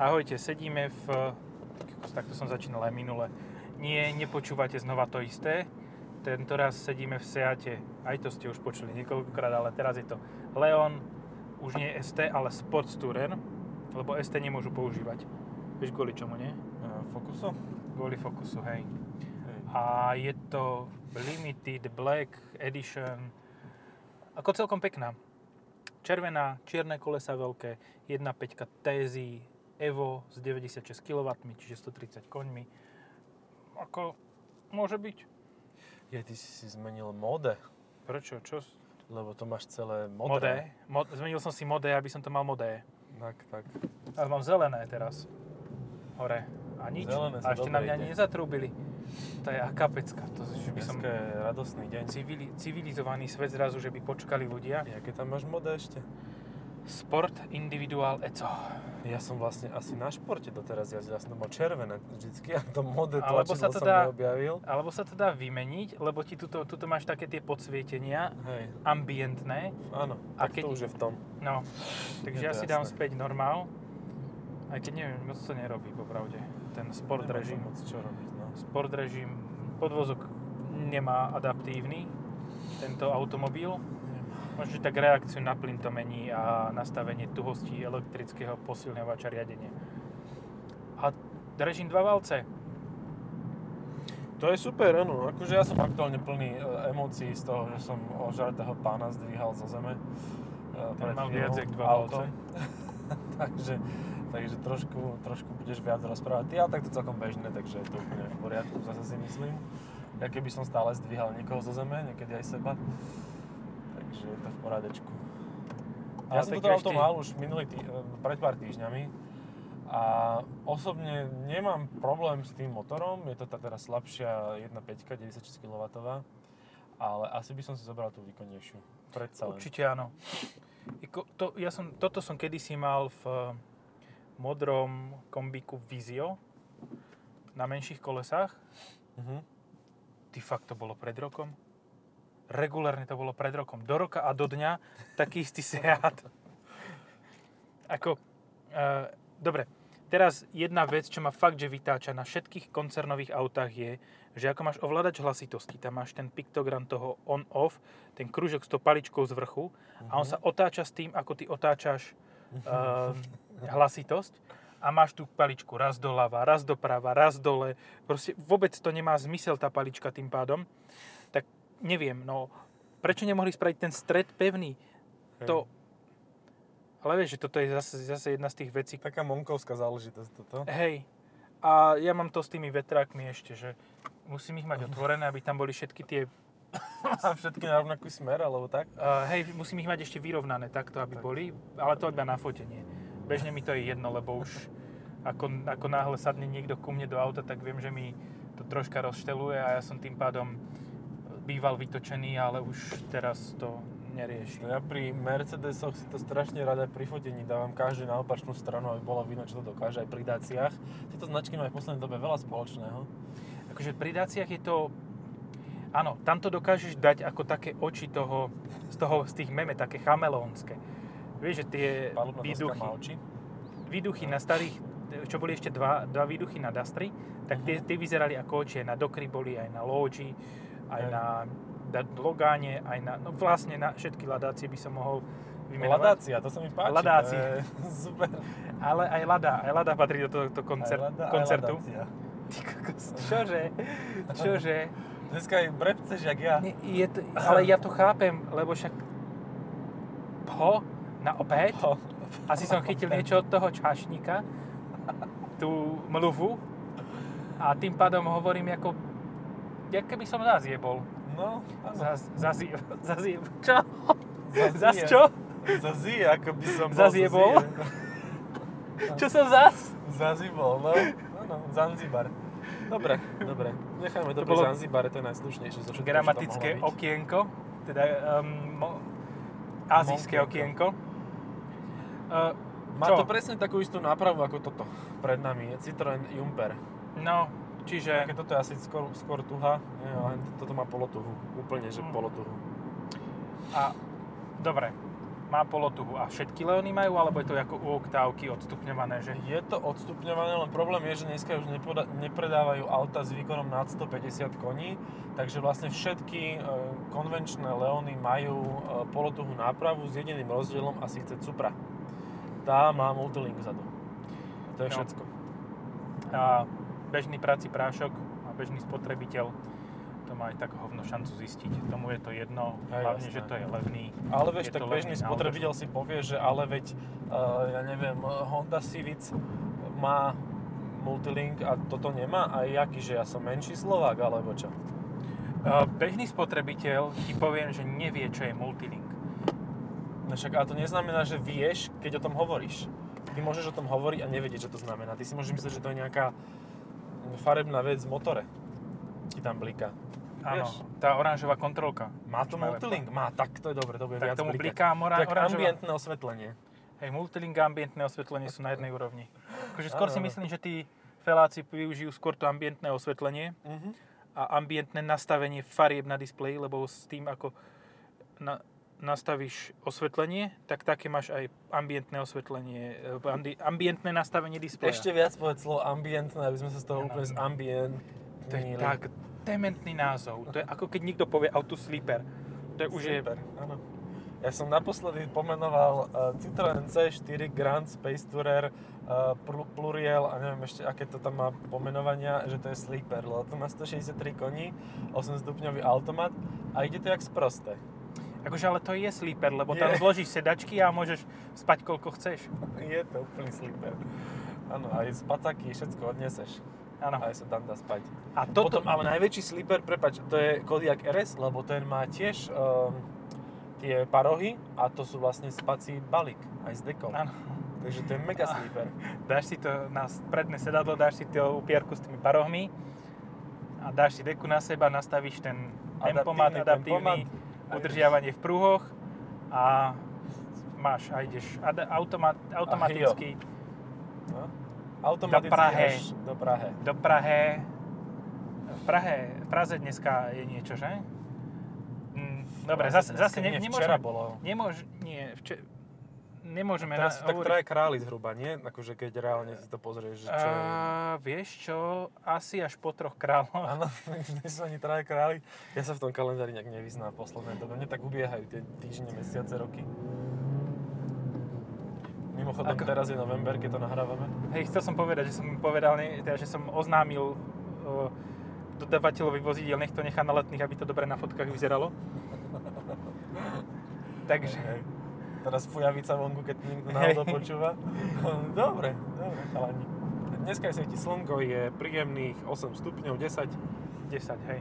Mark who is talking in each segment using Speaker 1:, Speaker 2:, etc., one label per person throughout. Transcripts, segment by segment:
Speaker 1: Ahojte, sedíme v... kokos, Takto som začínal aj minule. Nie, nepočúvate znova to isté. Tento raz sedíme v Seate. Aj to ste už počuli niekoľkokrát, ale teraz je to Leon. Už nie ST, ale Sportstourer. Lebo ST nemôžu používať. Vieš kvôli čomu, nie?
Speaker 2: Fokusu?
Speaker 1: Kvôli fokusu, hej. A je to Limited Black Edition. Ako celkom pekná. Červená, čierne kolesa veľké, 1.5 TZ Evo s 96 kW, čiže 130 koňmi. Ako môže byť?
Speaker 2: Je, ty si si zmenil mode,
Speaker 1: Prečo? Čo? s-
Speaker 2: lebo to máš celé modré.
Speaker 1: Modé. Mod, zmenil som si modé, aby som to mal modé.
Speaker 2: Tak, tak.
Speaker 1: Ale mám zelené teraz. Hore. A nič.
Speaker 2: Zelené
Speaker 1: A
Speaker 2: sa
Speaker 1: ešte
Speaker 2: dobre
Speaker 1: na mňa
Speaker 2: ide.
Speaker 1: ani nezatrúbili. To je aká pecka. To, že by som...
Speaker 2: Dneska je radosný deň.
Speaker 1: Civili, civilizovaný svet zrazu, že by počkali ľudia.
Speaker 2: Jaké tam máš mode ešte?
Speaker 1: Sport individuál eco.
Speaker 2: Ja som vlastne asi na športe doteraz jazdil, ja som to mal červené vždycky a to modé
Speaker 1: Alebo
Speaker 2: tlačidlo
Speaker 1: sa to
Speaker 2: som
Speaker 1: dá-
Speaker 2: neobjavil.
Speaker 1: Alebo sa to dá vymeniť, lebo ti tuto, tuto máš také tie podsvietenia,
Speaker 2: Hej,
Speaker 1: ambientné.
Speaker 2: áno,
Speaker 1: A
Speaker 2: a tak
Speaker 1: keď-
Speaker 2: to už je v tom.
Speaker 1: No, takže
Speaker 2: Je
Speaker 1: ja
Speaker 2: to
Speaker 1: si
Speaker 2: jasné.
Speaker 1: dám späť normál. Aj keď neviem, moc to nerobí popravde. Ten sport
Speaker 2: Nemá to
Speaker 1: režim.
Speaker 2: moc čo robiť, no.
Speaker 1: Sport režim, podvozok nemá adaptívny tento automobil. Možno, že tak reakciu na plyn to mení a nastavenie tuhosti elektrického posilňovača riadenia. A režim dva valce.
Speaker 2: To je super, áno. Akože ja som aktuálne plný e, emócií z toho, že som ožartého pána zdvíhal zo zeme. e,
Speaker 1: Ten
Speaker 2: pred
Speaker 1: mal
Speaker 2: chvíľou
Speaker 1: viac jak dva
Speaker 2: autom.
Speaker 1: palce.
Speaker 2: takže, takže trošku, trošku budeš viac rozprávať. Ty, ale tak to celkom bežné, takže je to úplne v poriadku, zase si myslím. Ja keby som stále zdvíhal niekoho zo zeme, niekedy aj seba. Takže je to v poradečku. Ja
Speaker 1: Ale tak
Speaker 2: som toto
Speaker 1: vieš
Speaker 2: auto
Speaker 1: ty-
Speaker 2: mal už minulý tý, e, pred pár týždňami a osobne nemám problém s tým motorom, je to tá teraz slabšia 1.5, 96 kW, ale asi by som si zobral tú výkonnejšiu. Predsa len.
Speaker 1: Určite áno. Iko- To, ja som, toto som kedysi mal v eh, modrom kombiku Vizio na menších kolesách.
Speaker 2: Mhm.
Speaker 1: Ty fakt to bolo pred rokom? Regulárne to bolo pred rokom. Do roka a do dňa taký istý Seat. Ako, e, dobre, teraz jedna vec, čo ma fakt, že vytáča na všetkých koncernových autách je, že ako máš ovládač hlasitosti, tam máš ten piktogram toho on-off, ten kružok s tou paličkou z vrchu a on sa otáča s tým, ako ty otáčaš uh, hlasitosť a máš tú paličku raz doľava, raz doprava, raz dole. Proste vôbec to nemá zmysel tá palička tým pádom. Tak neviem, no prečo nemohli spraviť ten stred pevný?
Speaker 2: Hej.
Speaker 1: To... Ale vieš, že toto je zase, zase jedna z tých vecí.
Speaker 2: Taká monkovská záležitosť toto.
Speaker 1: Hej, a ja mám to s tými vetrákmi ešte, že musím ich mať otvorené, aby tam boli všetky tie...
Speaker 2: A všetky na rovnaký smer, alebo tak?
Speaker 1: Uh, hej, musím ich mať ešte vyrovnané takto, aby
Speaker 2: Tak.
Speaker 1: boli, ale to iba na fotenie. Bežne mi to je jedno, lebo už ako, ako náhle sadne niekto ku mne do auta, tak viem, že mi to troška rozšteluje a ja som tým pádom býval vytočený, ale už teraz to
Speaker 2: No
Speaker 1: neriešim.
Speaker 2: ja pri Mercedesoch si to strašne rada pri fotení dávam každý na opačnú stranu, aby bolo vidno, čo to dokáže aj pri Daciach. Tieto značky majú v poslednej dobe veľa spoločného.
Speaker 1: Akože pri Daciach je to... Áno, tam to dokážeš dať ako také oči toho, z, toho, z tých meme, také chamelónske. Vieš, že tie
Speaker 2: Palubná doska
Speaker 1: výduchy,
Speaker 2: má oči.
Speaker 1: výduchy
Speaker 2: No.
Speaker 1: na starých, čo boli ešte dva, dva výduchy na Dastri, tak
Speaker 2: Mhm.
Speaker 1: tie, tie vyzerali ako oči, aj na Dokry boli, aj na Logi, aj
Speaker 2: Hej.
Speaker 1: na da- Logáne, aj na, no vlastne na všetky ladácie by som mohol vymenovať.
Speaker 2: Ladácia, to sa mi páči.
Speaker 1: Ladáci.
Speaker 2: To je super.
Speaker 1: Ale aj Lada, aj Lada patrí do tohto koncert,
Speaker 2: Aj Lada, aj
Speaker 1: koncertu.
Speaker 2: Ladácia.
Speaker 1: Ty kokos, čože? Čože?
Speaker 2: Dneska aj brepceš, jak ja.
Speaker 1: Ne, je to, ale ja to chápem, lebo však ho na obed,
Speaker 2: Ho.
Speaker 1: asi som chytil niečo od toho čašníka, tú mluvu a tým pádom hovorím ako, jak keby som zaziebol.
Speaker 2: No, áno.
Speaker 1: Zaz, zazie, zazie, čo?
Speaker 2: Zazie.
Speaker 1: Zas čo?
Speaker 2: Zazie, ako by som bol
Speaker 1: Zaziebol? Čo som zas?
Speaker 2: Zazibol, no. Áno, Zanzibar. Dobre, dobre. Nechajme
Speaker 1: To
Speaker 2: to, pri
Speaker 1: bolo-
Speaker 2: Zanzibare, to je najslušnejšie zo všetkého, čo tam mohlo
Speaker 1: Gramatické
Speaker 2: byť.
Speaker 1: okienko, teda um, mo, azijské
Speaker 2: Monkienko.
Speaker 1: okienko. Uh,
Speaker 2: Má
Speaker 1: Čo?
Speaker 2: to presne takú istú nápravu ako toto pred nami, je Citroen Jumper.
Speaker 1: no, čiže...
Speaker 2: Také toto je asi skôr, skôr tuha, nie, ale toto má polotuhu, úplne že
Speaker 1: Mm.
Speaker 2: polotuhu.
Speaker 1: A dobre, má polotuhu a všetky Leony majú, alebo je to ako u oktávky odstupňované, že
Speaker 2: Je to odstupňované, len problém je, že dneska už nepoda- nepredávajú auta s výkonom nad 150 koní, takže vlastne všetky e, konvenčné Leony majú e, polotuhu nápravu s jediným rozdielom a síce Cupra. Tá má multilink vzadu. To je
Speaker 1: No.
Speaker 2: všetko.
Speaker 1: a bežný práci prášok a bežný spotrebiteľ to má aj tak hovno šancu zistiť. Tomu je to jedno,
Speaker 2: Hej,
Speaker 1: hlavne,
Speaker 2: jasné.
Speaker 1: že to je levný.
Speaker 2: Ale vieš,
Speaker 1: Je
Speaker 2: tak
Speaker 1: to
Speaker 2: bežný
Speaker 1: levný na
Speaker 2: spotrebiteľ si povie, že ale veď, uh, ja neviem, Honda Civic má multilink a toto nemá a jaký, že ja som menší Slovák alebo čo?
Speaker 1: Eh, Bežný spotrebiteľ ti poviem, že nevie, čo je multilink.
Speaker 2: No však ale to neznamená, že vieš, keď o tom hovoríš. Ty môžeš o tom hovoriť a nevedieť, čo to znamená. Ty si môžeš myslieť, že to je nejaká farebná vec v motore. Ti tam bliká.
Speaker 1: Áno,
Speaker 2: Vieš.
Speaker 1: tá oranžová kontrolka.
Speaker 2: Má to
Speaker 1: Farebná.
Speaker 2: multilink? Má, tak to je dobre, to bude
Speaker 1: Tak
Speaker 2: viac
Speaker 1: tomu
Speaker 2: blikať.
Speaker 1: bliká mora,
Speaker 2: Tak
Speaker 1: oranžová.
Speaker 2: ambientné osvetlenie.
Speaker 1: Hej, multilink a ambientné osvetlenie sú na jednej úrovni. Akože skôr
Speaker 2: Áno,
Speaker 1: si
Speaker 2: áno.
Speaker 1: myslím, že tí feláci využijú skôr to ambientné osvetlenie
Speaker 2: Mhm.
Speaker 1: a ambientné nastavenie farieb na displeji, lebo s tým, ako na, nastavíš osvetlenie, tak také máš aj ambientné osvetlenie, e, ambi- ambientné nastavenie displeja.
Speaker 2: Ešte viac povedz slovo ambientné, aby sme sa z
Speaker 1: Áno.
Speaker 2: toho úplne z ambient.
Speaker 1: To je tak dementný názov. To je ako keď niekto povie auto sleeper. To je už je...
Speaker 2: Super, áno. Ja som naposledy pomenoval uh, Citroen C4 Grand Space Tourer uh, Pl- Pluriel a neviem ešte aké to tam má pomenovania, že to je sleeper, lebo to má 163 koní, 8 stupňový automat a ide to jak sprosté.
Speaker 1: Akože ale to je sleeper, lebo
Speaker 2: Je.
Speaker 1: tam zložíš sedačky a môžeš spať koľko chceš.
Speaker 2: Je to úplný sleeper. Áno, aj spacaky, všetko odneseš.
Speaker 1: Áno.
Speaker 2: Aj sa tam dá spať.
Speaker 1: A toto...
Speaker 2: Potom, ale najväčší sleeper, prepač, to je Kodiak RS, lebo ten má tiež um, tie parohy a to sú vlastne spací balík aj s dekou.
Speaker 1: Áno.
Speaker 2: Takže to je mega sleeper.
Speaker 1: Dáš si to na predné sedadlo, dáš si tú upierku s tými parohmi a dáš si deku na seba, nastavíš ten tempomat,
Speaker 2: Adaptívny
Speaker 1: adaptívny,
Speaker 2: a
Speaker 1: udržiavanie v pruhoch a máš a ideš ad- automat, automaticky
Speaker 2: No. Automaticky
Speaker 1: Do Prahe.
Speaker 2: Až do Prahe.
Speaker 1: do Prahe. V Prahe, v Praze dneska je niečo, že? Mm, Dobre,
Speaker 2: Prahe
Speaker 1: zase,
Speaker 2: dneska
Speaker 1: zase
Speaker 2: nie,
Speaker 1: ne, nemôžeme...
Speaker 2: Včera bolo.
Speaker 1: Nemôž, nie, vče, nemôžeme...
Speaker 2: No Teraz sú
Speaker 1: na-
Speaker 2: tak
Speaker 1: hovoriť-
Speaker 2: traja králi zhruba, nie? Akože keď reálne si to pozrieš, že čo je.
Speaker 1: A, vieš čo, asi až po troch kráľoch.
Speaker 2: Áno, nie sú ani traja králi. Ja sa v tom kalendári nejak nevyznám v poslednej dobe. Mne tak ubiehajú tie týždne, mesiace, roky. Mimochodom,
Speaker 1: Ako-
Speaker 2: teraz je november, keď to nahrávame.
Speaker 1: Hej, chcel som povedať, že som povedal, ne, teda, že som oznámil o, dodavateľovi vozidiel, nech to nechá na letných, aby to dobre na fotkách vyzeralo. Takže,
Speaker 2: Hej, hej. Teraz fujavica vonku, keď niekto
Speaker 1: Hej.
Speaker 2: náhodou počúva. dobre, dobre, chalani. Dneska je svieti slnko, je príjemných 8 stupňov, 10.
Speaker 1: 10, hej.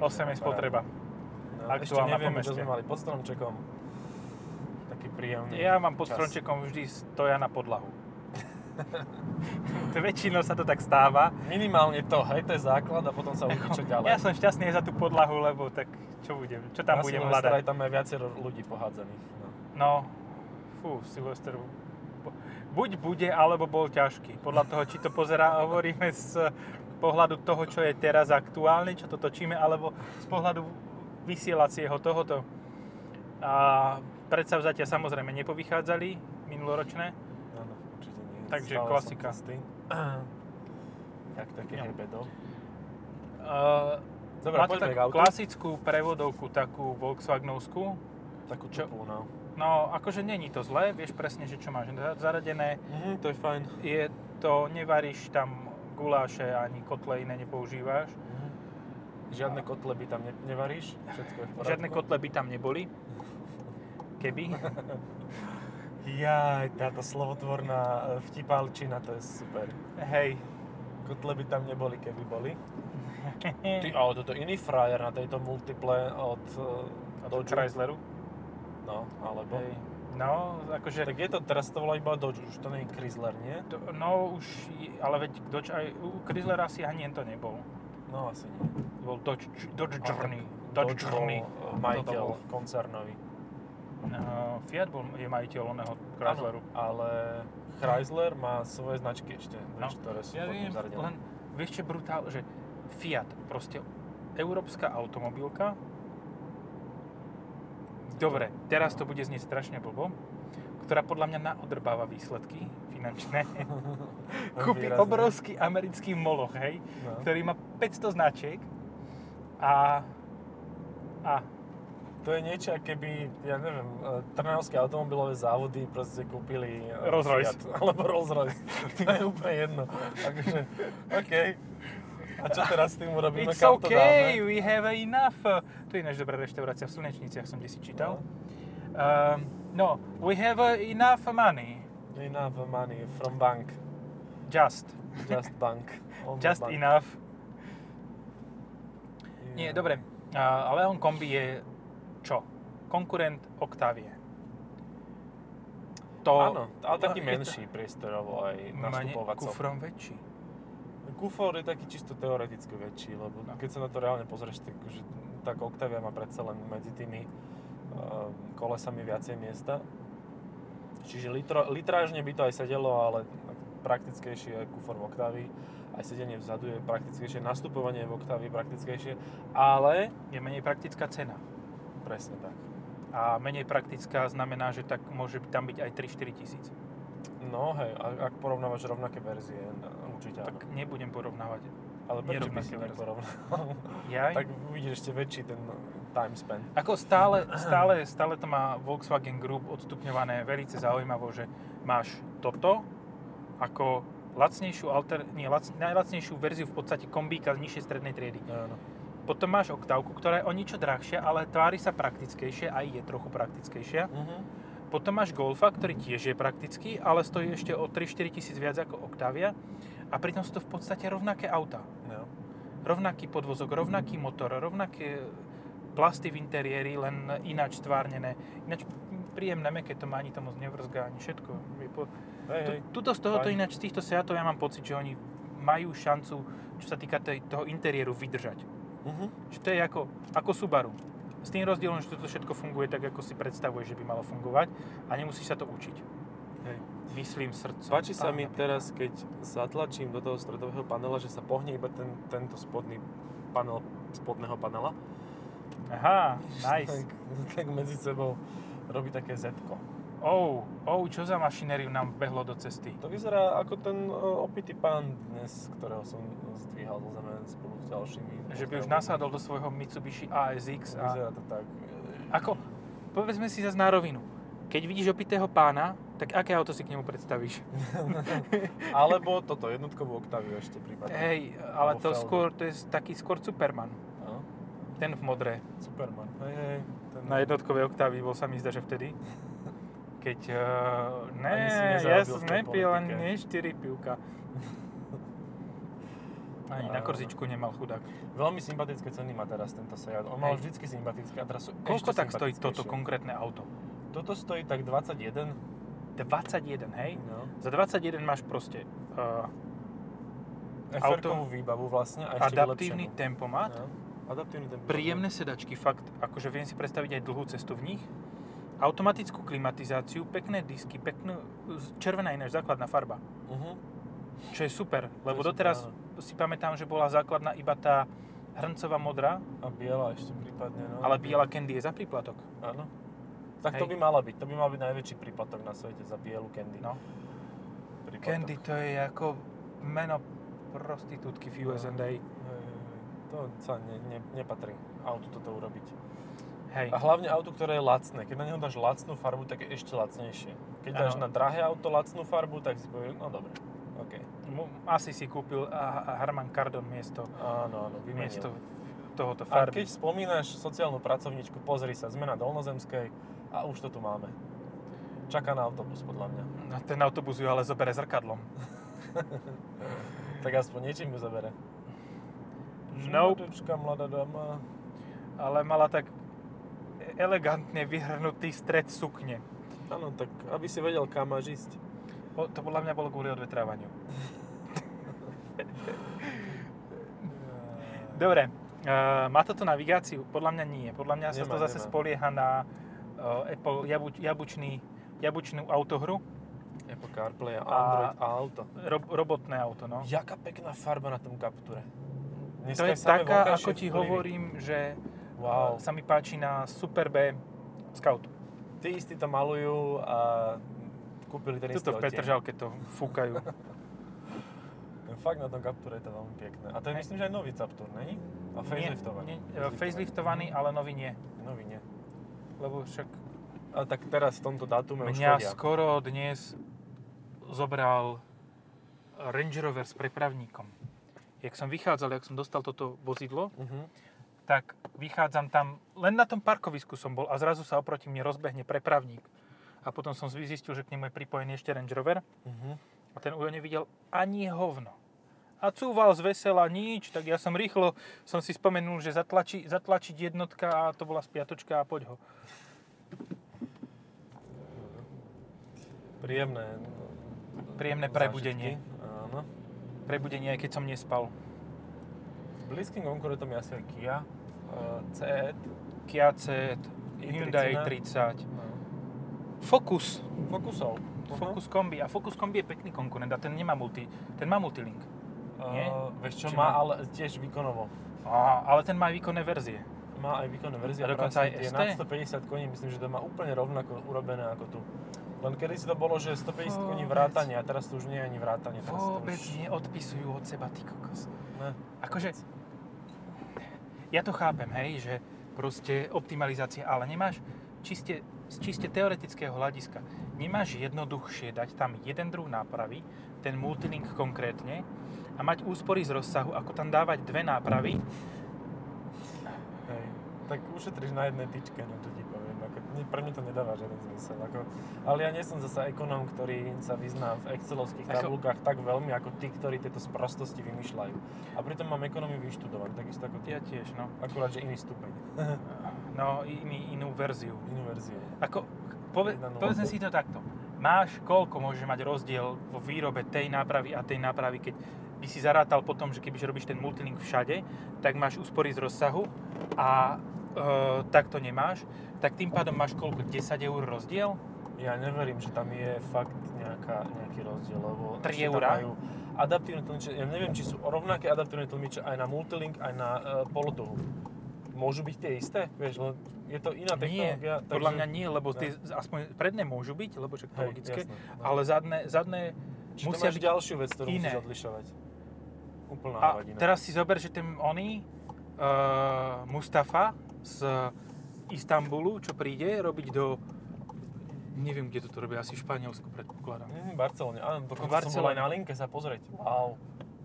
Speaker 1: 8 je
Speaker 2: paráda.
Speaker 1: spotreba.
Speaker 2: No, ešte
Speaker 1: Aktuálna
Speaker 2: nevieme,
Speaker 1: pomeste.
Speaker 2: čo sme mali pod stromčekom. Taký príjemný
Speaker 1: Ja mám pod
Speaker 2: čas.
Speaker 1: strončekom vždy stoja na podlahu. to väčšinou sa to tak stáva.
Speaker 2: Minimálne to, hej, to je základ a potom sa uvidí, čo ďalej.
Speaker 1: Ja som šťastný aj za tú podlahu, lebo tak čo budem, čo tam budem hľadať.
Speaker 2: Aj tam je viacero ľudí pohádzaných. No.
Speaker 1: No, fú, Silvester, bu- buď bude, alebo bol ťažký. Podľa toho, či to pozerá, hovoríme z pohľadu toho, čo je teraz aktuálne, čo to točíme, alebo z pohľadu vysielacieho tohoto. A predsavzatia samozrejme nepovychádzali minuloročné.
Speaker 2: Áno, určite nie.
Speaker 1: Takže
Speaker 2: Stále som
Speaker 1: klasika.
Speaker 2: to s tým. Jak také
Speaker 1: No.
Speaker 2: herbedo.
Speaker 1: Uh,
Speaker 2: Dobre,
Speaker 1: má to
Speaker 2: poďme k
Speaker 1: takú
Speaker 2: autu.
Speaker 1: klasickú prevodovku, takú Volkswagenovskú.
Speaker 2: Takú
Speaker 1: čo?
Speaker 2: čupú, no.
Speaker 1: No, akože není to zlé, vieš presne, že čo máš za- zaradené.
Speaker 2: Mhm, to je fajn.
Speaker 1: Je to, nevaríš tam guláše ani kotle iné nepoužívaš.
Speaker 2: Mhm. Žiadne kotle by tam ne- nevaríš? Všetko je v poriadku?
Speaker 1: Žiadne kotle by tam neboli. Keby.
Speaker 2: Jaj, táto slovotvorná e, vtipálčina, to je super.
Speaker 1: Hej.
Speaker 2: Kotle by tam neboli, keby boli. Ty, ale toto iný frajer na tejto multiple od uh,
Speaker 1: Do
Speaker 2: Dodge.
Speaker 1: Chrysleru.
Speaker 2: No, alebo.
Speaker 1: Hej. No, akože...
Speaker 2: Tak je to, teraz to volá iba Dodge, už to nie je Chrysler, nie?
Speaker 1: To, no už, je- ale veď Dodge aj, u Chryslera asi ani to nebol.
Speaker 2: No asi nie.
Speaker 1: Bol Dodge, Dodge
Speaker 2: Ale tak
Speaker 1: Journey. Dodge eh, Journey.
Speaker 2: bol, e,
Speaker 1: Toto
Speaker 2: majiteľ
Speaker 1: bol.
Speaker 2: koncernový.
Speaker 1: Uh, Fiat bol, je majiteľ oného Chrysleru.
Speaker 2: Áno, ale Chrysler má svoje značky ešte,
Speaker 1: No.
Speaker 2: vieš, ktoré sú
Speaker 1: Ja
Speaker 2: pod
Speaker 1: viem,
Speaker 2: ním zaradené.
Speaker 1: len vieš čo je brutál, že Fiat, proste európska automobilka, Dobre, teraz to bude znieť strašne blbo, ktorá podľa mňa naodrbáva výsledky finančné. Kúpi
Speaker 2: Výrazne.
Speaker 1: obrovský americký moloch, hej,
Speaker 2: No.
Speaker 1: ktorý má 500 značiek a... A
Speaker 2: To je niečo, ako keby, ja neviem, e, Trnavské automobilové závody proste kúpili e,
Speaker 1: Rolls Royce.
Speaker 2: Fiat, alebo Rolls Royce. to je úplne jedno. Takže, OK. A čo teraz s tým urobíme?
Speaker 1: It's
Speaker 2: Kam to
Speaker 1: okay,
Speaker 2: dáme?
Speaker 1: we have enough. Uh, To je ináč dobrá reštaurácia v Slnečniciach, som desi čítal. Um, no, we have uh, enough money.
Speaker 2: Enough money from bank.
Speaker 1: Just.
Speaker 2: Just bank. Only
Speaker 1: Just
Speaker 2: bank.
Speaker 1: enough.
Speaker 2: Yeah.
Speaker 1: Nie, dobre. Uh, ale on kombi je čo? Konkurent Octavie. To...
Speaker 2: Áno, ale taký
Speaker 1: no, je to-
Speaker 2: menší priestorovo aj
Speaker 1: Mane-
Speaker 2: nastupovacom.
Speaker 1: Kufrom väčší.
Speaker 2: Kufor je taký čisto teoreticky väčší, lebo
Speaker 1: No.
Speaker 2: keď sa na to reálne pozrieš, tak, že, tak Octavia má predsa len medzi tými uh, kolesami viacej miesta. Čiže litro, litrážne by to aj sedelo, ale praktickejšie je kufor v Octavii. Aj sedenie vzadu je praktickejšie, nastupovanie je v Octavii praktickejšie, ale
Speaker 1: Je menej praktická cena.
Speaker 2: presne tak.
Speaker 1: A menej praktická znamená, že tak môže tam byť aj 3-4 tisíc.
Speaker 2: No hej, a- ak porovnávaš rovnaké verzie, no, určite áno.
Speaker 1: Tak nebudem porovnávať.
Speaker 2: Ale prečo by
Speaker 1: nerovnaké
Speaker 2: si
Speaker 1: verzie.
Speaker 2: neporovnal?
Speaker 1: Jaj?
Speaker 2: tak uvidíš ešte väčší ten time span.
Speaker 1: Ako stále, stále, stále to má Volkswagen Group odstupňované veľmi zaujímavo, že máš toto ako lacnejšiu, alter, nie, lac, najlacnejšiu verziu v podstate kombíka z nižšej strednej triedy.
Speaker 2: Áno.
Speaker 1: Potom máš oktávku, ktorá je o niečo drahšia, ale tvári sa praktickejšie, aj je trochu praktickejšia.
Speaker 2: Mhm.
Speaker 1: Potom máš Golfa, ktorý tiež je praktický, ale stojí ešte o 3-4 tisíc viac ako Octavia a pritom sú to v podstate rovnaké auta.
Speaker 2: No.
Speaker 1: rovnaký podvozok, rovnaký motor, rovnaké plasty v interiéri, len ináč stvárnené. Ináč príjemné, meké to má, ani to moc nevrzga, ani všetko. Je po...
Speaker 2: Hej,
Speaker 1: Tu,
Speaker 2: hej.
Speaker 1: tuto z tohoto
Speaker 2: fajn.
Speaker 1: ináč, z týchto Seatov ja mám pocit, že oni majú šancu, čo sa týka tej, toho interiéru, vydržať.
Speaker 2: Mhm.
Speaker 1: Že to je ako, ako Subaru. S tým rozdielom, že toto všetko funguje tak, ako si predstavuješ, že by malo fungovať a nemusíš sa to učiť.
Speaker 2: Hej.
Speaker 1: Myslím srdcom.
Speaker 2: Páči sa mi
Speaker 1: Pána Boha.
Speaker 2: teraz, keď zatlačím do toho stredového panela, že sa pohne iba ten, tento spodný panel spodného panela.
Speaker 1: Aha, nice.
Speaker 2: Tak, tak medzi sebou robí také zetko.
Speaker 1: Oh, oh, čo za mašinériu nám behlo do cesty.
Speaker 2: To vyzerá ako ten e, opitý pán dnes, ktorého som zdvíhal do zeme spolu s ďalšími.
Speaker 1: že by už
Speaker 2: Pozdravujeme.
Speaker 1: nasádol do svojho Mitsubishi ASX a
Speaker 2: Vyzerá to tak. e,
Speaker 1: ako, povedzme si zase na rovinu, keď vidíš opitého pána, tak aké auto si k nemu predstavíš?
Speaker 2: Alebo toto, jednotkovú oktaviu ešte prípadne.
Speaker 1: Hej, ale
Speaker 2: Alebo
Speaker 1: to
Speaker 2: Felgu.
Speaker 1: skôr, to je taký skôr Superman,
Speaker 2: No,
Speaker 1: ten v modré.
Speaker 2: Superman. Hej, hej. Ten...
Speaker 1: Na jednotkovej oktávy bol sa mi zdá, že vtedy. Keď, uh,
Speaker 2: Ani si
Speaker 1: ne, ja
Speaker 2: nezarobil
Speaker 1: som
Speaker 2: v tej
Speaker 1: nepil ani
Speaker 2: politike.
Speaker 1: nie 4 pivka. Ani na
Speaker 2: Áno.
Speaker 1: korzičku nemal chudák.
Speaker 2: Veľmi sympatické ceny má teraz tento Seat. On mal
Speaker 1: Hej.
Speaker 2: vždycky sympatické a teraz sú
Speaker 1: Koľko
Speaker 2: ešte
Speaker 1: tak stojí toto
Speaker 2: sympatickejšie.
Speaker 1: konkrétne auto?
Speaker 2: Toto stojí tak 21.
Speaker 1: 21, hej?
Speaker 2: No.
Speaker 1: Za 21 máš proste uh,
Speaker 2: Autovú výbavu vlastne a ešte
Speaker 1: adaptívny
Speaker 2: vylepšenú.
Speaker 1: tempomat,
Speaker 2: No. Adaptívny tempomat.
Speaker 1: príjemné sedačky, fakt, akože viem si predstaviť aj dlhú cestu v nich, automatickú klimatizáciu, pekné disky, peknú, červená je ináč základná farba,
Speaker 2: Mhm.
Speaker 1: čo je super, lebo
Speaker 2: je super,
Speaker 1: doteraz si pamätám, že bola základná iba tá hrncová modrá,
Speaker 2: A biela ešte prípadne. No.
Speaker 1: ale biela candy je za príplatok.
Speaker 2: Áno. Tak to
Speaker 1: Hej.
Speaker 2: by mala byť. To by mal byť najväčší príplatok na svete za bielu Candy.
Speaker 1: No.
Speaker 2: Príplatok.
Speaker 1: Candy to je ako meno prostitútky v USA.
Speaker 2: Hej, hej, hej. To sa ne, ne, nepatrí autu toto urobiť.
Speaker 1: Hej,
Speaker 2: A hlavne auto, ktoré je lacné. Keď na neho dáš lacnú farbu, tak je ešte lacnejšie. Keď dáš
Speaker 1: Áno.
Speaker 2: na drahé auto lacnú farbu, tak si povieš, no dobre, OK.
Speaker 1: mu- asi si kúpil a- a Harman Kardon miesto,
Speaker 2: Áno, áno, vymenil.
Speaker 1: miesto tohoto
Speaker 2: A
Speaker 1: farby.
Speaker 2: keď spomínaš sociálnu pracovníčku, pozri sa, sme na Dolnozemskej a už to tu máme. Čaká na autobus, podľa mňa.
Speaker 1: No, ten autobus ju ale zobere zrkadlom.
Speaker 2: Tak aspoň niečím ju zabere.
Speaker 1: Nope.
Speaker 2: Mladečka, mladá dáma.
Speaker 1: Ale mala tak elegantne vyhrnutý stred sukne.
Speaker 2: Áno, tak aby si vedel, kam máš ísť.
Speaker 1: O, to podľa mňa bolo kvôli odvetrávaniu. Dobre, uh, má toto navigáciu? Podľa mňa nie. Podľa mňa sa
Speaker 2: Nemá,
Speaker 1: to zase
Speaker 2: nemá.
Speaker 1: spolieha na uh, Apple jabuč, jabučný, jabučnú autohru.
Speaker 2: Apple CarPlay a Android a auto.
Speaker 1: Ro, robotné auto, no.
Speaker 2: Jaká pekná farba na tom Capture.
Speaker 1: To
Speaker 2: Dneska
Speaker 1: je
Speaker 2: samé
Speaker 1: taká,
Speaker 2: vonkajšie
Speaker 1: ako ti
Speaker 2: vplyvy.
Speaker 1: hovorím, že wow.
Speaker 2: Wow.
Speaker 1: sa mi páči na Superbe Scout.
Speaker 2: Tí istí to malujú a kúpili ten istý
Speaker 1: Tuto v
Speaker 2: odtieň.
Speaker 1: Petržalke to fúkajú.
Speaker 2: Fakt na tom Capture je to veľmi pekné. A to je
Speaker 1: Hej.
Speaker 2: myslím, že aj nový Captur, není? A faceliftovaný.
Speaker 1: Nie, nie, e, faceliftovaný, ale nový nie.
Speaker 2: Nový nie.
Speaker 1: Lebo však
Speaker 2: A tak teraz v tomto datume No, už
Speaker 1: mňa
Speaker 2: chodia.
Speaker 1: skoro dnes zobral Range Rover s prepravníkom. Jak som vychádzal, jak som dostal toto vozidlo,
Speaker 2: Mhm.
Speaker 1: tak vychádzam tam, len na tom parkovisku som bol a zrazu sa oproti mne rozbehne prepravník. A potom som zistil, že k nemu je pripojený ešte Range Rover
Speaker 2: Mhm.
Speaker 1: a ten Ujo nevidel ani hovno. A cúval z vesela nič, tak ja som rýchlo, som si spomenul, že zatlači, zatlačiť jednotka a to bola spiatočka a poď ho.
Speaker 2: Príjemné. no,
Speaker 1: Príjemné
Speaker 2: zážitky.
Speaker 1: prebudenie.
Speaker 2: Áno.
Speaker 1: Prebudenie, aj keď som nespal.
Speaker 2: Blízkym konkurentom je asi aj Kia. Uh, CE.
Speaker 1: Kia Ceed, Hyundai i30,
Speaker 2: No.
Speaker 1: Focus,
Speaker 2: Focusov.
Speaker 1: Focus Kombi. A Focus Kombi je pekný konkurent a ten nemá multi, ten má multilink.
Speaker 2: Uh,
Speaker 1: nie?
Speaker 2: Vieš čo,
Speaker 1: Či
Speaker 2: má,
Speaker 1: má?
Speaker 2: ale tiež výkonovo.
Speaker 1: A, ale ten má aj výkonné verzie.
Speaker 2: Má aj výkonné verzie.
Speaker 1: A dokonca aj
Speaker 2: tie
Speaker 1: ST?
Speaker 2: nad 150 koní, myslím, že to má úplne rovnako urobené ako tu. Len kedy si to bolo, že 150 koní
Speaker 1: Vôbec.
Speaker 2: vrátanie a teraz to už nie je ani vrátanie. Teraz to
Speaker 1: Vôbec
Speaker 2: už...
Speaker 1: neodpisujú od seba, ty kokos.
Speaker 2: Ne.
Speaker 1: Akože, ja to chápem, hej, že proste optimalizácia, ale nemáš čiste, z čiste teoretického hľadiska, nemáš jednoduchšie dať tam jeden druh nápravy, ten multilink konkrétne, a mať úspory z rozsahu, ako tam dávať dve nápravy,
Speaker 2: Hej. Tak ušetríš na jednej tyčke, no to ti poviem. Ako, ne- pre mňa to nedáva žiaden zmysel. Ako, ale ja nie som zase ekonóm, ktorý sa vyzná v excelovských
Speaker 1: Ako-
Speaker 2: tabulkách tak veľmi, ako tí, ktorí tieto sprostosti vymýšľajú. A pritom mám ekonómiu vyštudovanú, takisto ako ty.
Speaker 1: ja tiež, no,
Speaker 2: Akurát, že iný stupeň.
Speaker 1: no iný, inú verziu.
Speaker 2: Inú verziu.
Speaker 1: Ako, pove,
Speaker 2: Jedna nula.
Speaker 1: povedzme si to takto. Máš, koľko môže mať rozdiel vo výrobe tej nápravy a tej nápravy, keď by si zarátal potom, že kebyže robíš ten multilink všade, tak máš úspory z rozsahu a e, tak to nemáš, tak tým pádom máš koľko? 10 eur rozdiel?
Speaker 2: Ja neverím, že tam je fakt nejaká, nejaký rozdiel, lebo...
Speaker 1: Tri
Speaker 2: ešte tam
Speaker 1: eurá?
Speaker 2: majú Adaptívne tlmiče, ja neviem, či sú rovnaké adaptívne tlmiče aj na multilink, aj na e, polotohu. Môžu byť tie isté? Vieš, len je No, to iná
Speaker 1: Nie,
Speaker 2: technológia.
Speaker 1: podľa mňa nie, lebo
Speaker 2: Ne.
Speaker 1: tie, aspoň predné môžu byť, lebo však to
Speaker 2: Hej,
Speaker 1: logické,
Speaker 2: jasné, no.
Speaker 1: ale zadné, zadné
Speaker 2: Čiže
Speaker 1: musia
Speaker 2: to máš
Speaker 1: byť...
Speaker 2: ďalšiu vec, ktorú
Speaker 1: iné.
Speaker 2: musíš odlišovať. Úplná
Speaker 1: A
Speaker 2: hovadina.
Speaker 1: teraz si zober, že ten oný uh, Mustafa z Istanbulu, čo príde robiť do... Neviem, kde to robia, asi v Španielsku predpokladám.
Speaker 2: Mm, Barcelone, áno, dokonca som bol
Speaker 1: Barcelone.
Speaker 2: aj na linke sa pozrieť. Wow,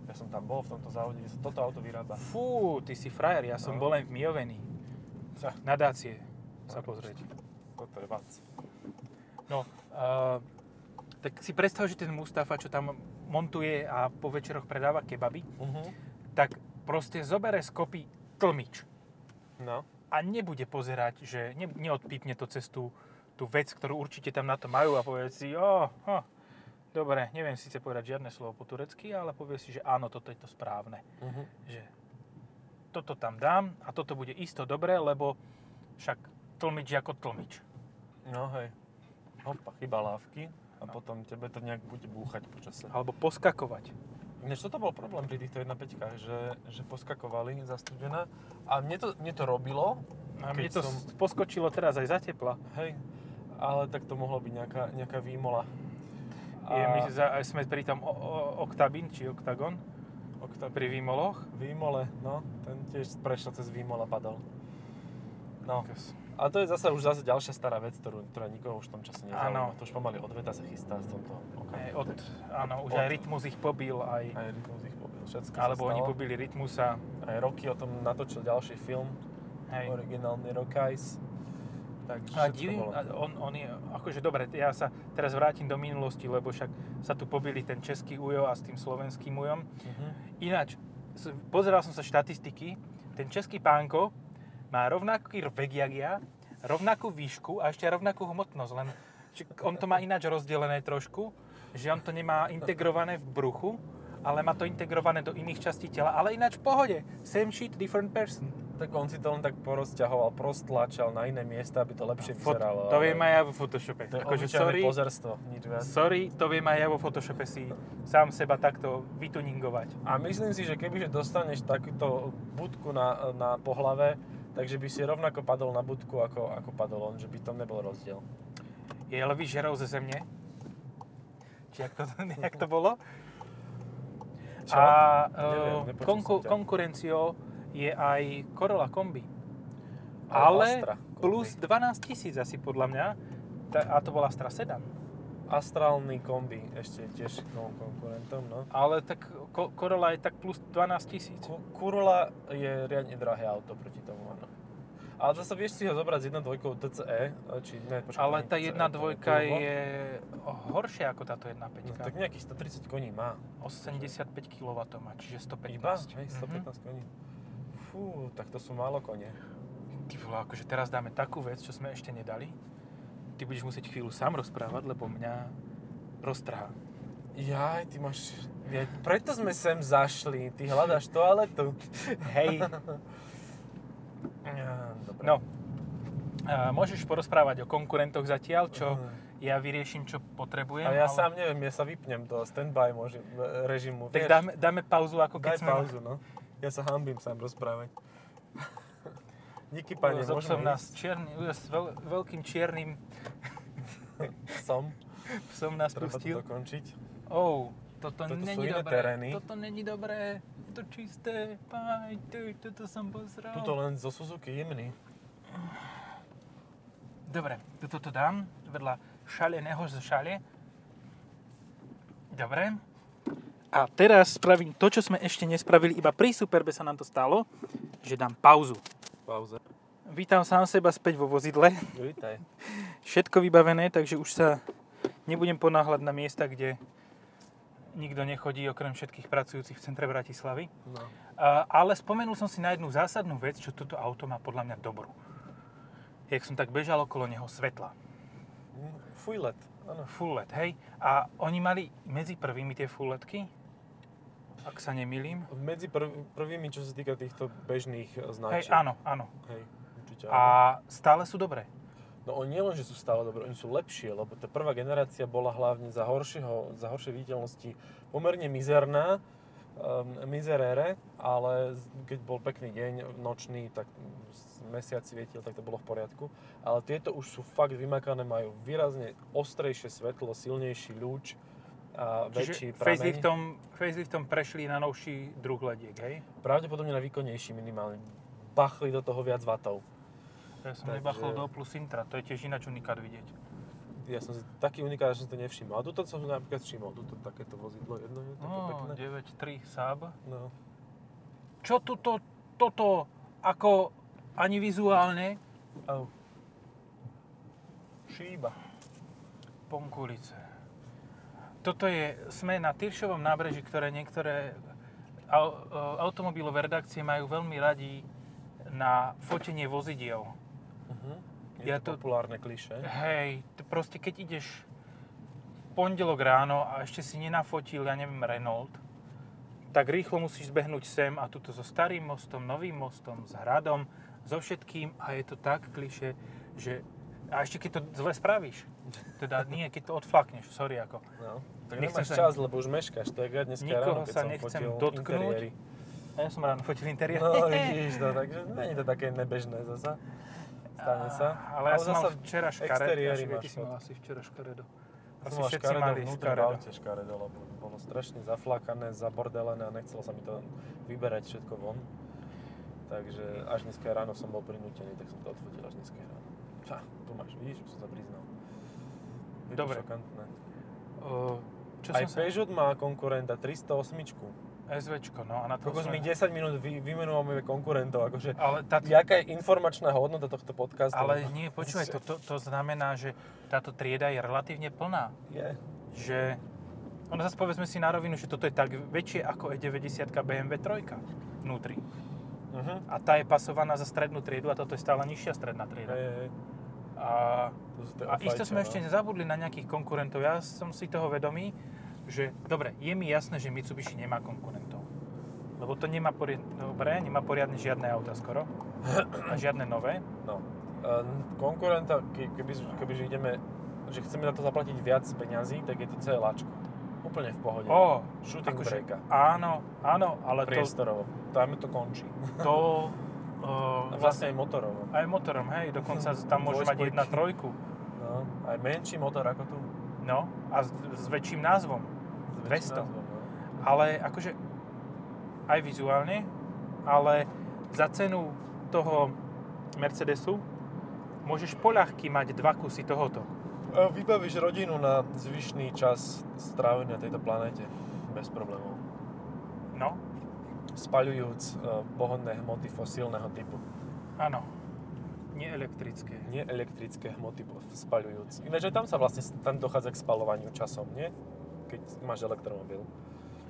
Speaker 2: ja som tam bol v tomto závode, kde sa toto auto vyrába.
Speaker 1: Fú, ty si frajer, ja som
Speaker 2: No.
Speaker 1: bol len v Mioveni.
Speaker 2: Sa.
Speaker 1: Nadácie sa pozrieť.
Speaker 2: Toto je vac.
Speaker 1: No, uh, tak si predstav, že ten Mustafa, čo tam montuje a po večeroch predáva kebaby,
Speaker 2: Uh-huh.
Speaker 1: tak proste zobere z kopy tlmič.
Speaker 2: No,
Speaker 1: a nebude pozerať, že ne, neodpípne to cez tú, tú vec, ktorú určite tam na to majú a povie si, oh, oh, dobre, neviem síce povedať žiadne slovo po turecky, ale povie si, že áno, toto je to správne.
Speaker 2: uh-huh.
Speaker 1: Že toto tam dám a toto bude isto dobré, lebo však tlmič je ako tlmič.
Speaker 2: no hej. Hopa, chyba lávky a potom tebe to nejak bude búchať počasie.
Speaker 1: Alebo poskakovať.
Speaker 2: Ináč toto bol problém pri týchto 1.5-kách, že, že poskakovali zastudená a mne to, mne to robilo,
Speaker 1: A
Speaker 2: Keď
Speaker 1: mne to
Speaker 2: som-
Speaker 1: som... poskočilo teraz aj za tepla.
Speaker 2: hej, ale tak to mohlo byť nejaká, nejaká výmola.
Speaker 1: A... Je, my za, aj sme pri tom o, o, oktabin, či oktagon,
Speaker 2: Okta-
Speaker 1: pri výmoloch.
Speaker 2: Výmole, no, ten tiež prešiel cez Výmola padol. No, a to je zase už zase ďalšia stará vec, ktorú, ktorá nikoho už v tom čase nezaujíma.
Speaker 1: Áno.
Speaker 2: To už pomaly odveta sa chystá v tomto
Speaker 1: Aj
Speaker 2: okamžiku.
Speaker 1: Od, áno, už
Speaker 2: Od-
Speaker 1: aj rytmus ich pobil, aj...
Speaker 2: Aj Rytmus ich pobil, všetko
Speaker 1: Alebo
Speaker 2: sa
Speaker 1: oni
Speaker 2: stalo.
Speaker 1: pobili Rytmusa.
Speaker 2: Aj Rocky o tom natočil ďalší film,
Speaker 1: Hej.
Speaker 2: originálny Rockeyes. Takže
Speaker 1: A
Speaker 2: všetko
Speaker 1: divím,
Speaker 2: bolo.
Speaker 1: a on, on je, akože dobre, ja sa teraz vrátim do minulosti, lebo však sa tu pobili ten český ujo a s tým slovenským ujom.
Speaker 2: Mhm.
Speaker 1: Ináč, s- pozeral som sa štatistiky, ten český pánko má rovnaký vek jak ja, rovnakú výšku a ešte aj rovnakú hmotnosť, len či- on to má ináč rozdelené trošku, že on to nemá integrované v bruchu, ale má to integrované do iných častí tela, ale ináč v pohode, same shit, different person.
Speaker 2: Tak on si to len tak porozťahoval, prostlačal na iné miesta, aby to lepšie
Speaker 1: Fot-
Speaker 2: vyzeralo.
Speaker 1: to
Speaker 2: ale
Speaker 1: viem aj ja vo Photoshope.
Speaker 2: To je
Speaker 1: Akože
Speaker 2: obyčajné
Speaker 1: sorry,
Speaker 2: pozerstvo, nič viac.
Speaker 1: sorry, to viem aj ja vo Photoshope si sám seba takto vytuningovať.
Speaker 2: A myslím si, že kebyže dostaneš takúto budku na, na pohlave, takže by si rovnako padol na budku, ako, ako padol on, že by tam nebol rozdiel.
Speaker 1: Je levý žerov ze země. Či jak to, jak to bolo?
Speaker 2: Čo?
Speaker 1: A
Speaker 2: Neviem,
Speaker 1: eh,
Speaker 2: nepočul
Speaker 1: konku,
Speaker 2: som ťa.
Speaker 1: konkurenciou je aj Corolla Kombi.
Speaker 2: Ale
Speaker 1: Ale
Speaker 2: Astra Kombi.
Speaker 1: plus 12 tisíc asi podľa mňa. Ta- A to bola Astra Sedan.
Speaker 2: Astrálny kombi, ešte tiež kon- konkurentom, no.
Speaker 1: Ale tak ko- Corolla je tak plus 12 tisíc.
Speaker 2: Ku- Corolla je riadne drahé auto proti tomu, áno. Ale zase vieš si ho zobrať s 1.2 TCE, E, či ne, počkaj,
Speaker 1: Ale
Speaker 2: nie
Speaker 1: tá
Speaker 2: TCE,
Speaker 1: 1.2
Speaker 2: to no, turbo.
Speaker 1: je horšia ako táto 1.5.
Speaker 2: No, tak nejakých 130 koní má.
Speaker 1: 85 kW má, čiže 115.
Speaker 2: Iba? Hej,
Speaker 1: Mhm.
Speaker 2: 115 koní. Fú, tak to sú málo konie.
Speaker 1: Ty vole, akože teraz dáme takú vec, čo sme ešte nedali. Ty budeš musieť chvíľu sám rozprávať, lebo mňa roztrhá.
Speaker 2: Jaj, ty máš... Ja, preto sme sem zašli, ty hľadáš toaletu.
Speaker 1: Hej.
Speaker 2: Ja, Dobre.
Speaker 1: No, a môžeš porozprávať o konkurentoch zatiaľ, čo
Speaker 2: Mhm.
Speaker 1: ja vyriešim, čo potrebujem.
Speaker 2: Ale ja sám neviem, ja sa vypnem do standby môžem, režimu,
Speaker 1: Tak
Speaker 2: vieš?
Speaker 1: dáme, dáme pauzu, ako keď
Speaker 2: Daj
Speaker 1: sme...
Speaker 2: pauzu, no. Ja sa hambím sám rozprávať. Díky, pane,
Speaker 1: Ujo, som
Speaker 2: môžeme
Speaker 1: nás
Speaker 2: ísť?
Speaker 1: čierny, ujo, s veľ, veľkým čiernym
Speaker 2: Som.
Speaker 1: som nás
Speaker 2: Treba to
Speaker 1: pustil.
Speaker 2: dokončiť.
Speaker 1: Oh, toto,
Speaker 2: Toto sú
Speaker 1: není
Speaker 2: iné
Speaker 1: dobré.
Speaker 2: terény.
Speaker 1: Toto není dobré. Je to čisté. Paj, ty, toto som pozrel.
Speaker 2: Tuto len zo Suzuki jemný.
Speaker 1: Dobre, toto to dám vedľa šaleného zo šale. Dobre. A teraz spravím to, čo sme ešte nespravili. Iba pri Superbe sa nám to stalo, že dám pauzu.
Speaker 2: Pauze.
Speaker 1: Vítam sám seba späť vo vozidle.
Speaker 2: Vítaj.
Speaker 1: Všetko vybavené, takže už sa nebudem ponáhľať na miesta, kde nikto nechodí, okrem všetkých pracujúcich v centre Bratislavy.
Speaker 2: No.
Speaker 1: A- ale spomenul som si na jednu zásadnú vec, čo toto auto má podľa mňa dobrú. Jak som tak bežal okolo neho svetla.
Speaker 2: Mm, Fujlet, áno.
Speaker 1: Full LED, hej. A oni mali medzi prvými tie full LEDky, ak sa nemýlim.
Speaker 2: Medzi prv, prvými, čo sa týka týchto bežných e,
Speaker 1: Hej,
Speaker 2: značiek.
Speaker 1: áno, áno.
Speaker 2: Hej, určite áno.
Speaker 1: A stále sú dobré.
Speaker 2: No oni nielen, že sú stále dobré, oni sú lepšie, lebo tá prvá generácia bola hlavne za, horšieho, za horšej viditeľnosti pomerne mizerná, um, mizerére, ale z- keď bol pekný deň, nočný, tak mm, s- mesiac svietil, tak to bolo v poriadku. Ale tieto už sú fakt vymakané, majú výrazne ostrejšie svetlo, silnejší ľúč a
Speaker 1: Čiže
Speaker 2: väčší prameň.
Speaker 1: faceliftom, faceliftom prešli na novší druh lediek, hej?
Speaker 2: Pravdepodobne na výkonnejší minimálne. Bachli do toho viac vatov.
Speaker 1: Ja som
Speaker 2: Takže-
Speaker 1: nebachol do plus Intra, to je tiež ináč unikát vidieť.
Speaker 2: Ja som si taký unikát, že som to nevšimol. A tuto som si napríklad všimol, tuto takéto vozidlo jedno je také
Speaker 1: No,
Speaker 2: pekné.
Speaker 1: 9.3 Saab.
Speaker 2: No.
Speaker 1: Čo tuto, toto, ako ani vizuálne,
Speaker 2: Au. Šíba.
Speaker 1: Ponkulice. Toto je, sme na Tyršovom nábreží, ktoré niektoré au- au- automobilové redakcie majú veľmi radi na fotenie vozidiel.
Speaker 2: Uh-huh.
Speaker 1: Mhm.
Speaker 2: Je
Speaker 1: Ja
Speaker 2: ja
Speaker 1: to-
Speaker 2: to populárne klišé.
Speaker 1: Hej, to proste keď ideš v pondelok ráno a ešte si nenafotil, ja neviem, Renault, tak rýchlo musíš zbehnúť sem a tuto so starým mostom, novým mostom, s hradom, so všetkým a je to tak kliše, že... A ešte keď to zle spravíš, teda nie, keď to odflakneš, sorry ako.
Speaker 2: No. Tak
Speaker 1: Nechcem
Speaker 2: nemáš
Speaker 1: sa-
Speaker 2: čas, lebo už meškáš. To je jak dneska
Speaker 1: Nikoho
Speaker 2: ráno, keď
Speaker 1: sa
Speaker 2: som
Speaker 1: nechcem
Speaker 2: fotil
Speaker 1: dotknúť.
Speaker 2: interiéry.
Speaker 1: A ja som ráno fotil interiér.
Speaker 2: No vidíš to, takže není to také nebežné zasa. Stane sa.
Speaker 1: Ale ja som mal
Speaker 2: zasa
Speaker 1: včera škaredo.
Speaker 2: exteriéry
Speaker 1: Ja
Speaker 2: máš
Speaker 1: ty si mal
Speaker 2: fotky.
Speaker 1: asi včera škaredo.
Speaker 2: Asi
Speaker 1: Asi
Speaker 2: mala
Speaker 1: všetci
Speaker 2: škaredo,
Speaker 1: mali
Speaker 2: vnútri v
Speaker 1: škaredo.
Speaker 2: aute škaredo, lebo bolo strašne zaflakané, zabordelené a nechcelo sa mi to vyberať všetko von. Takže až dneska ráno som bol prinútený, tak som to odfotil až dneska ráno. Ča, tu máš, vidíš, už som sa priznal. Je to
Speaker 1: Dobre.
Speaker 2: Šokantné.
Speaker 1: Uh, Čo
Speaker 2: Aj
Speaker 1: som sa...
Speaker 2: Peugeot má konkurenta 308.
Speaker 1: SVčko, no a na to
Speaker 2: Koľko
Speaker 1: sme...
Speaker 2: mi 10 minút vy, vymenujeme konkurentov, akože
Speaker 1: Ale, táto,
Speaker 2: jaká je informačná hodnota tohto podcastu?
Speaker 1: ale nie, počúvaj, to, to, to znamená, že táto trieda je relatívne plná.
Speaker 2: Je.
Speaker 1: Že... Ono zase povedzme si na rovinu, že toto je tak väčšie ako E E90 BMW 3 vnútri.
Speaker 2: Mhm.
Speaker 1: A tá je pasovaná za strednú triedu a toto je stále nižšia stredná
Speaker 2: Hej,
Speaker 1: trieda.
Speaker 2: hej, hej.
Speaker 1: A
Speaker 2: To no. sú tie
Speaker 1: A isto sme ešte
Speaker 2: ofajčené.
Speaker 1: nezabudli na nejakých konkurentov. Ja som si toho vedomý, že dobre, je mi jasné, že Mitsubishi nemá konkurentov. Lebo to nemá poriadne, dobre, nemá poriadne žiadne auta skoro. A žiadne nové.
Speaker 2: No. Ehm, Konkurenta, ke- keby, keby že ideme, že chceme na to zaplatiť viac peňazí, tak je to celáčko. Úplne v pohode.
Speaker 1: Ó,
Speaker 2: Shooting
Speaker 1: akože-
Speaker 2: breaka.
Speaker 1: áno, áno, ale to,
Speaker 2: Priestorovo. Tam to končí.
Speaker 1: to, o,
Speaker 2: A vlastne aj motorov.
Speaker 1: aj motorom, hej, dokonca tam môže mať
Speaker 2: Dvojspojky.
Speaker 1: 1.3.
Speaker 2: No, aj menší motor ako tu.
Speaker 1: No, a s, s väčším názvom.
Speaker 2: S
Speaker 1: 200.
Speaker 2: väčším názvom, no.
Speaker 1: Ale akože aj vizuálne, ale za cenu toho Mercedesu môžeš poľahky mať dva kusy tohoto.
Speaker 2: E, Vybavíš rodinu na zvyšný čas strávený na tejto planéte bez problémov.
Speaker 1: No,
Speaker 2: Spaľujúc e, pohodné hmoty fosílneho typu.
Speaker 1: áno. Nie elektrické.
Speaker 2: Nie elektrické hmoty po- spaľujúc. Ináč aj tam sa vlastne tam dochádza k spalovaniu časom, nie? Keď máš elektromobil.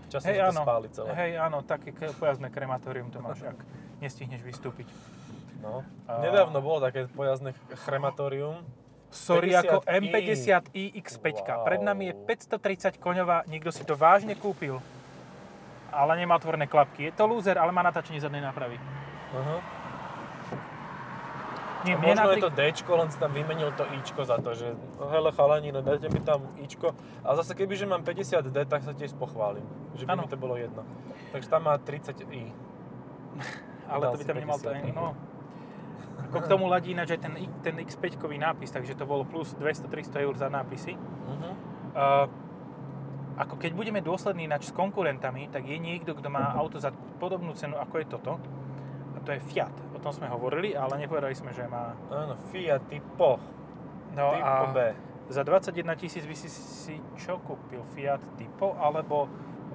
Speaker 2: Časom
Speaker 1: Hej,
Speaker 2: sa to
Speaker 1: áno.
Speaker 2: spáli celé.
Speaker 1: Hej, áno, také ke- pojazdné krematórium to máš, ak nestihneš vystúpiť.
Speaker 2: No.
Speaker 1: A-
Speaker 2: Nedávno bolo také pojazdné krematórium.
Speaker 1: Sorry, ako
Speaker 2: 50i.
Speaker 1: M50i X5.
Speaker 2: Wow.
Speaker 1: Pred nami je 530 koňová, niekto si to vážne kúpil. Ale nemá otvorené klapky. Je to lúzer, ale má natáčanie zadnej nápravy.
Speaker 2: Aha.
Speaker 1: Nie, mne
Speaker 2: Možno je
Speaker 1: napríklad-
Speaker 2: to Dčko, len si tam vymenil to Ičko za to, že hele chalani, no dajte mi tam Ičko. A zase keby, že mám 50D, tak sa tiež pochválim, že by
Speaker 1: Áno.
Speaker 2: mi to bolo jedno. Takže tam má 30i.
Speaker 1: ale
Speaker 2: Dal
Speaker 1: to by
Speaker 2: si
Speaker 1: tam nemal to
Speaker 2: 50.
Speaker 1: ani, no. Ako k tomu ladí ináč aj ten, I- ten X5-kový nápis, takže to bolo plus 200-300 eur za nápisy.
Speaker 2: Uh-huh.
Speaker 1: Uh, ako keď budeme dôslední ináč s konkurentami, tak je niekto, kto má auto za podobnú cenu, ako je toto. A to je Fiat. O tom sme hovorili, ale nepovedali sme, že má...
Speaker 2: Áno, Fiat Tipo,
Speaker 1: No
Speaker 2: Tipo B.
Speaker 1: za 21 tisíc by si si čo kúpil? Fiat Tipo alebo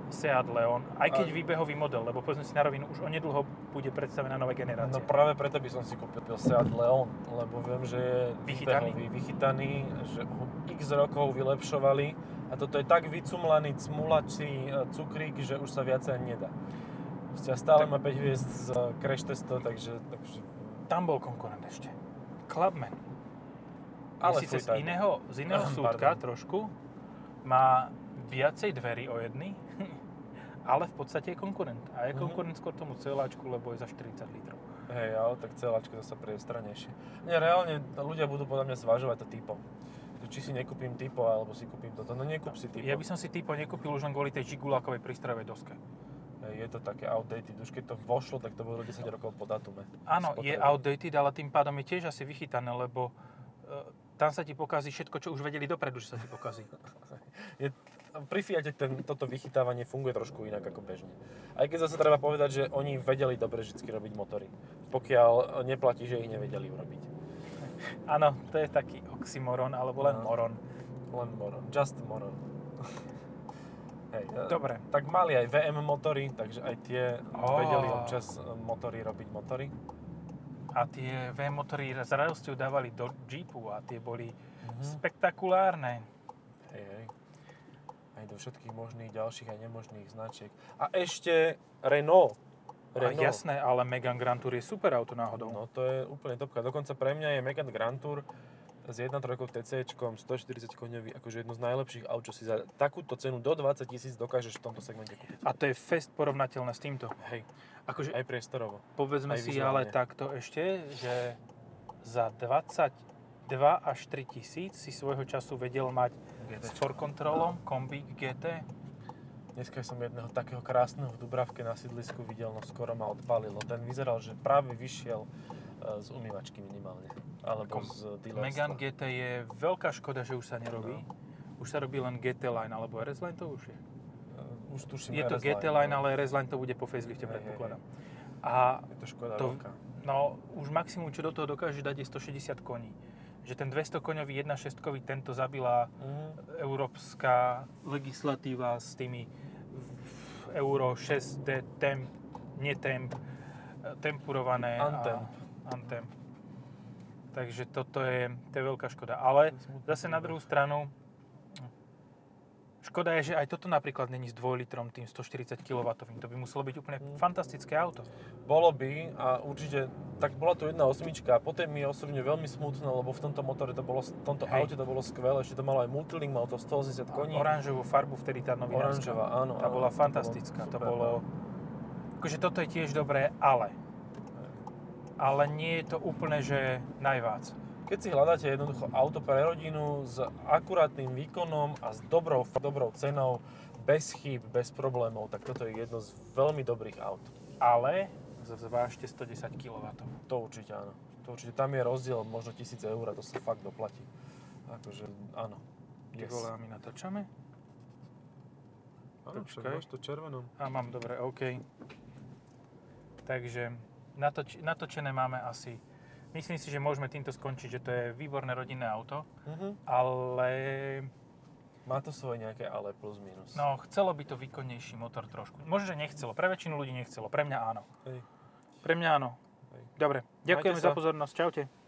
Speaker 1: Seat Leon? Aj keď
Speaker 2: A-
Speaker 1: výbehový model, lebo povedzme si na rovinu, už onedlho bude predstavená nová generácia.
Speaker 2: No práve preto by som si kúpil Seat Leon, lebo viem, že je
Speaker 1: Vychytaný.
Speaker 2: výbehový, vychytaný, že ho x rokov vylepšovali a toto je tak vycumlaný cmulačí e, cukrík, že už sa viacej ani nedá. Proste a stále
Speaker 1: Tak-
Speaker 2: má 5 hviezd z e, crash testov, takže, takže
Speaker 1: Tam bol konkurent ešte. Clubman. Ale
Speaker 2: Ale
Speaker 1: síce
Speaker 2: fuj, tak.
Speaker 1: z iného, z iného
Speaker 2: Pardon.
Speaker 1: súdka trošku. Má viacej dverí o jedny, ale v podstate je konkurent. A je
Speaker 2: Mhm.
Speaker 1: konkurent skôr tomu celáčku, lebo je za 40 litrov.
Speaker 2: hej, ale tak celáčka zase priestranejšie. Nie, reálne ľudia budú podľa mňa zvažovať to typo. Že Či si nekúpim typo, alebo si kúpim toto. No nekúp si typo.
Speaker 1: Ja by som si typo nekúpil už len kvôli tej žigulákovej prístrojovej doske.
Speaker 2: Je to také outdated. Už keď to vošlo, tak to bolo 10 rokov po datume.
Speaker 1: Áno, je
Speaker 2: Spotreby.
Speaker 1: outdated, ale tým pádom je tiež asi vychytané, lebo e, tam sa ti pokazí všetko, čo už vedeli dopredu, že sa ti pokazí.
Speaker 2: Je, pri Fiate ten, toto vychytávanie funguje trošku inak ako bežne. Aj keď zase treba povedať, že oni vedeli dobre vždy robiť motory. Pokiaľ neplatí, že ich nevedeli urobiť.
Speaker 1: Áno, to je taký oxymoron, alebo len
Speaker 2: No.
Speaker 1: moron.
Speaker 2: Len moron. Just moron. Hej, e,
Speaker 1: Dobre.
Speaker 2: Tak mali aj VM motory, takže aj tie
Speaker 1: Á.
Speaker 2: vedeli občas e, motory robiť motory.
Speaker 1: A tie V-motory s radosťou dávali do Jeepu a tie boli
Speaker 2: Mhm.
Speaker 1: spektakulárne.
Speaker 2: Hej, hej. Aj do všetkých možných ďalších a nemožných značiek. A ešte Renault.
Speaker 1: A jasné, ale Megane Grand Tour je super auto náhodou. No.
Speaker 2: No to je úplne topka. Dokonca pre mňa je Megane Grand Tour s 1.3 TCčkom, 140 koňový, akože jedno z najlepších aut, čo si za takúto cenu do 20 tisíc dokážeš v tomto segmente kúpiť.
Speaker 1: A to je fest porovnateľné s týmto.
Speaker 2: Hej,
Speaker 1: Akože
Speaker 2: aj priestorovo.
Speaker 1: povedzme
Speaker 2: aj
Speaker 1: si ale
Speaker 2: vizuálne.
Speaker 1: takto ešte, že za 22 až 3 tisíc si svojho času vedel mať s
Speaker 2: GT.
Speaker 1: for kontrolom Kombík GT.
Speaker 2: Dneska som jedného takého krásneho v Dubravke na sídlisku videl, no skoro ma odpalilo. Ten vyzeral, že práve vyšiel e, z umývačky minimálne. Alebo
Speaker 1: Kom-
Speaker 2: z dealerstva.
Speaker 1: Megane GT je veľká škoda, že už sa nerobí.
Speaker 2: No.
Speaker 1: Už sa robí len GT Line, alebo RS Line to už je.
Speaker 2: E, Už tuším
Speaker 1: Je to
Speaker 2: RS
Speaker 1: GT
Speaker 2: Line,
Speaker 1: Line,
Speaker 2: no.
Speaker 1: ale RS Line to bude po facelifte,
Speaker 2: Hej, hej, hej.
Speaker 1: predpokladám. A
Speaker 2: Je to škoda
Speaker 1: to-
Speaker 2: roka.
Speaker 1: No, už maximum, čo do toho dokáže dať, je 160 koní. Že ten 200-koňový 1.6-kový tento zabila
Speaker 2: Mhm.
Speaker 1: európska legislatíva s tými v- Euro 6D temp, netemp, e, tempurované. a-
Speaker 2: Antemp.
Speaker 1: Antemp. Takže toto je, to je veľká škoda. Ale
Speaker 2: Smutný
Speaker 1: zase na
Speaker 2: príbeh.
Speaker 1: druhú stranu, škoda je, že aj toto napríklad není s 2 litrom tým 140 kW. To by muselo byť úplne
Speaker 2: Mm.
Speaker 1: fantastické auto.
Speaker 2: Bolo by a určite, tak bola tu jedna osmička a potom mi je osobne veľmi smutno, lebo v tomto motore to bolo, v tomto
Speaker 1: Hej.
Speaker 2: aute to bolo skvelé, ešte to malo aj multilink, malo to 180 koní.
Speaker 1: Oranžovú farbu vtedy tá novinárska.
Speaker 2: Oranžová, áno.
Speaker 1: Tá
Speaker 2: áno,
Speaker 1: bola
Speaker 2: to bolo
Speaker 1: fantastická, to
Speaker 2: super, no.
Speaker 1: bolo... Akože toto je tiež dobré, ale... Ale nie je to úplne, že najvác.
Speaker 2: Keď si hľadáte jednoducho auto pre rodinu s akurátnym výkonom a s dobrou, dobrou cenou, bez chýb, bez problémov, tak toto je jedno z veľmi dobrých aut.
Speaker 1: Ale zvážte 110 kW.
Speaker 2: To určite áno. To určite. Tam je rozdiel možno 1000 eur, to sa fakt doplatí. Akože áno.
Speaker 1: Ty vole, a my natáčame?
Speaker 2: Áno, však
Speaker 1: počkaj.
Speaker 2: máš to červenom.
Speaker 1: A mám, dobre, OK. Takže natoč, natočené máme asi... Myslím si, že môžeme týmto skončiť, že to je výborné rodinné auto,
Speaker 2: Mhm.
Speaker 1: ale
Speaker 2: Má to svoje nejaké ale plus minus.
Speaker 1: no, chcelo by to výkonnejší motor trošku. Možno, že nechcelo. Pre väčšinu ľudí nechcelo. Pre mňa áno.
Speaker 2: Hej.
Speaker 1: Pre mňa áno.
Speaker 2: Hej.
Speaker 1: Dobre, ďakujeme za
Speaker 2: sa.
Speaker 1: pozornosť. Čaute.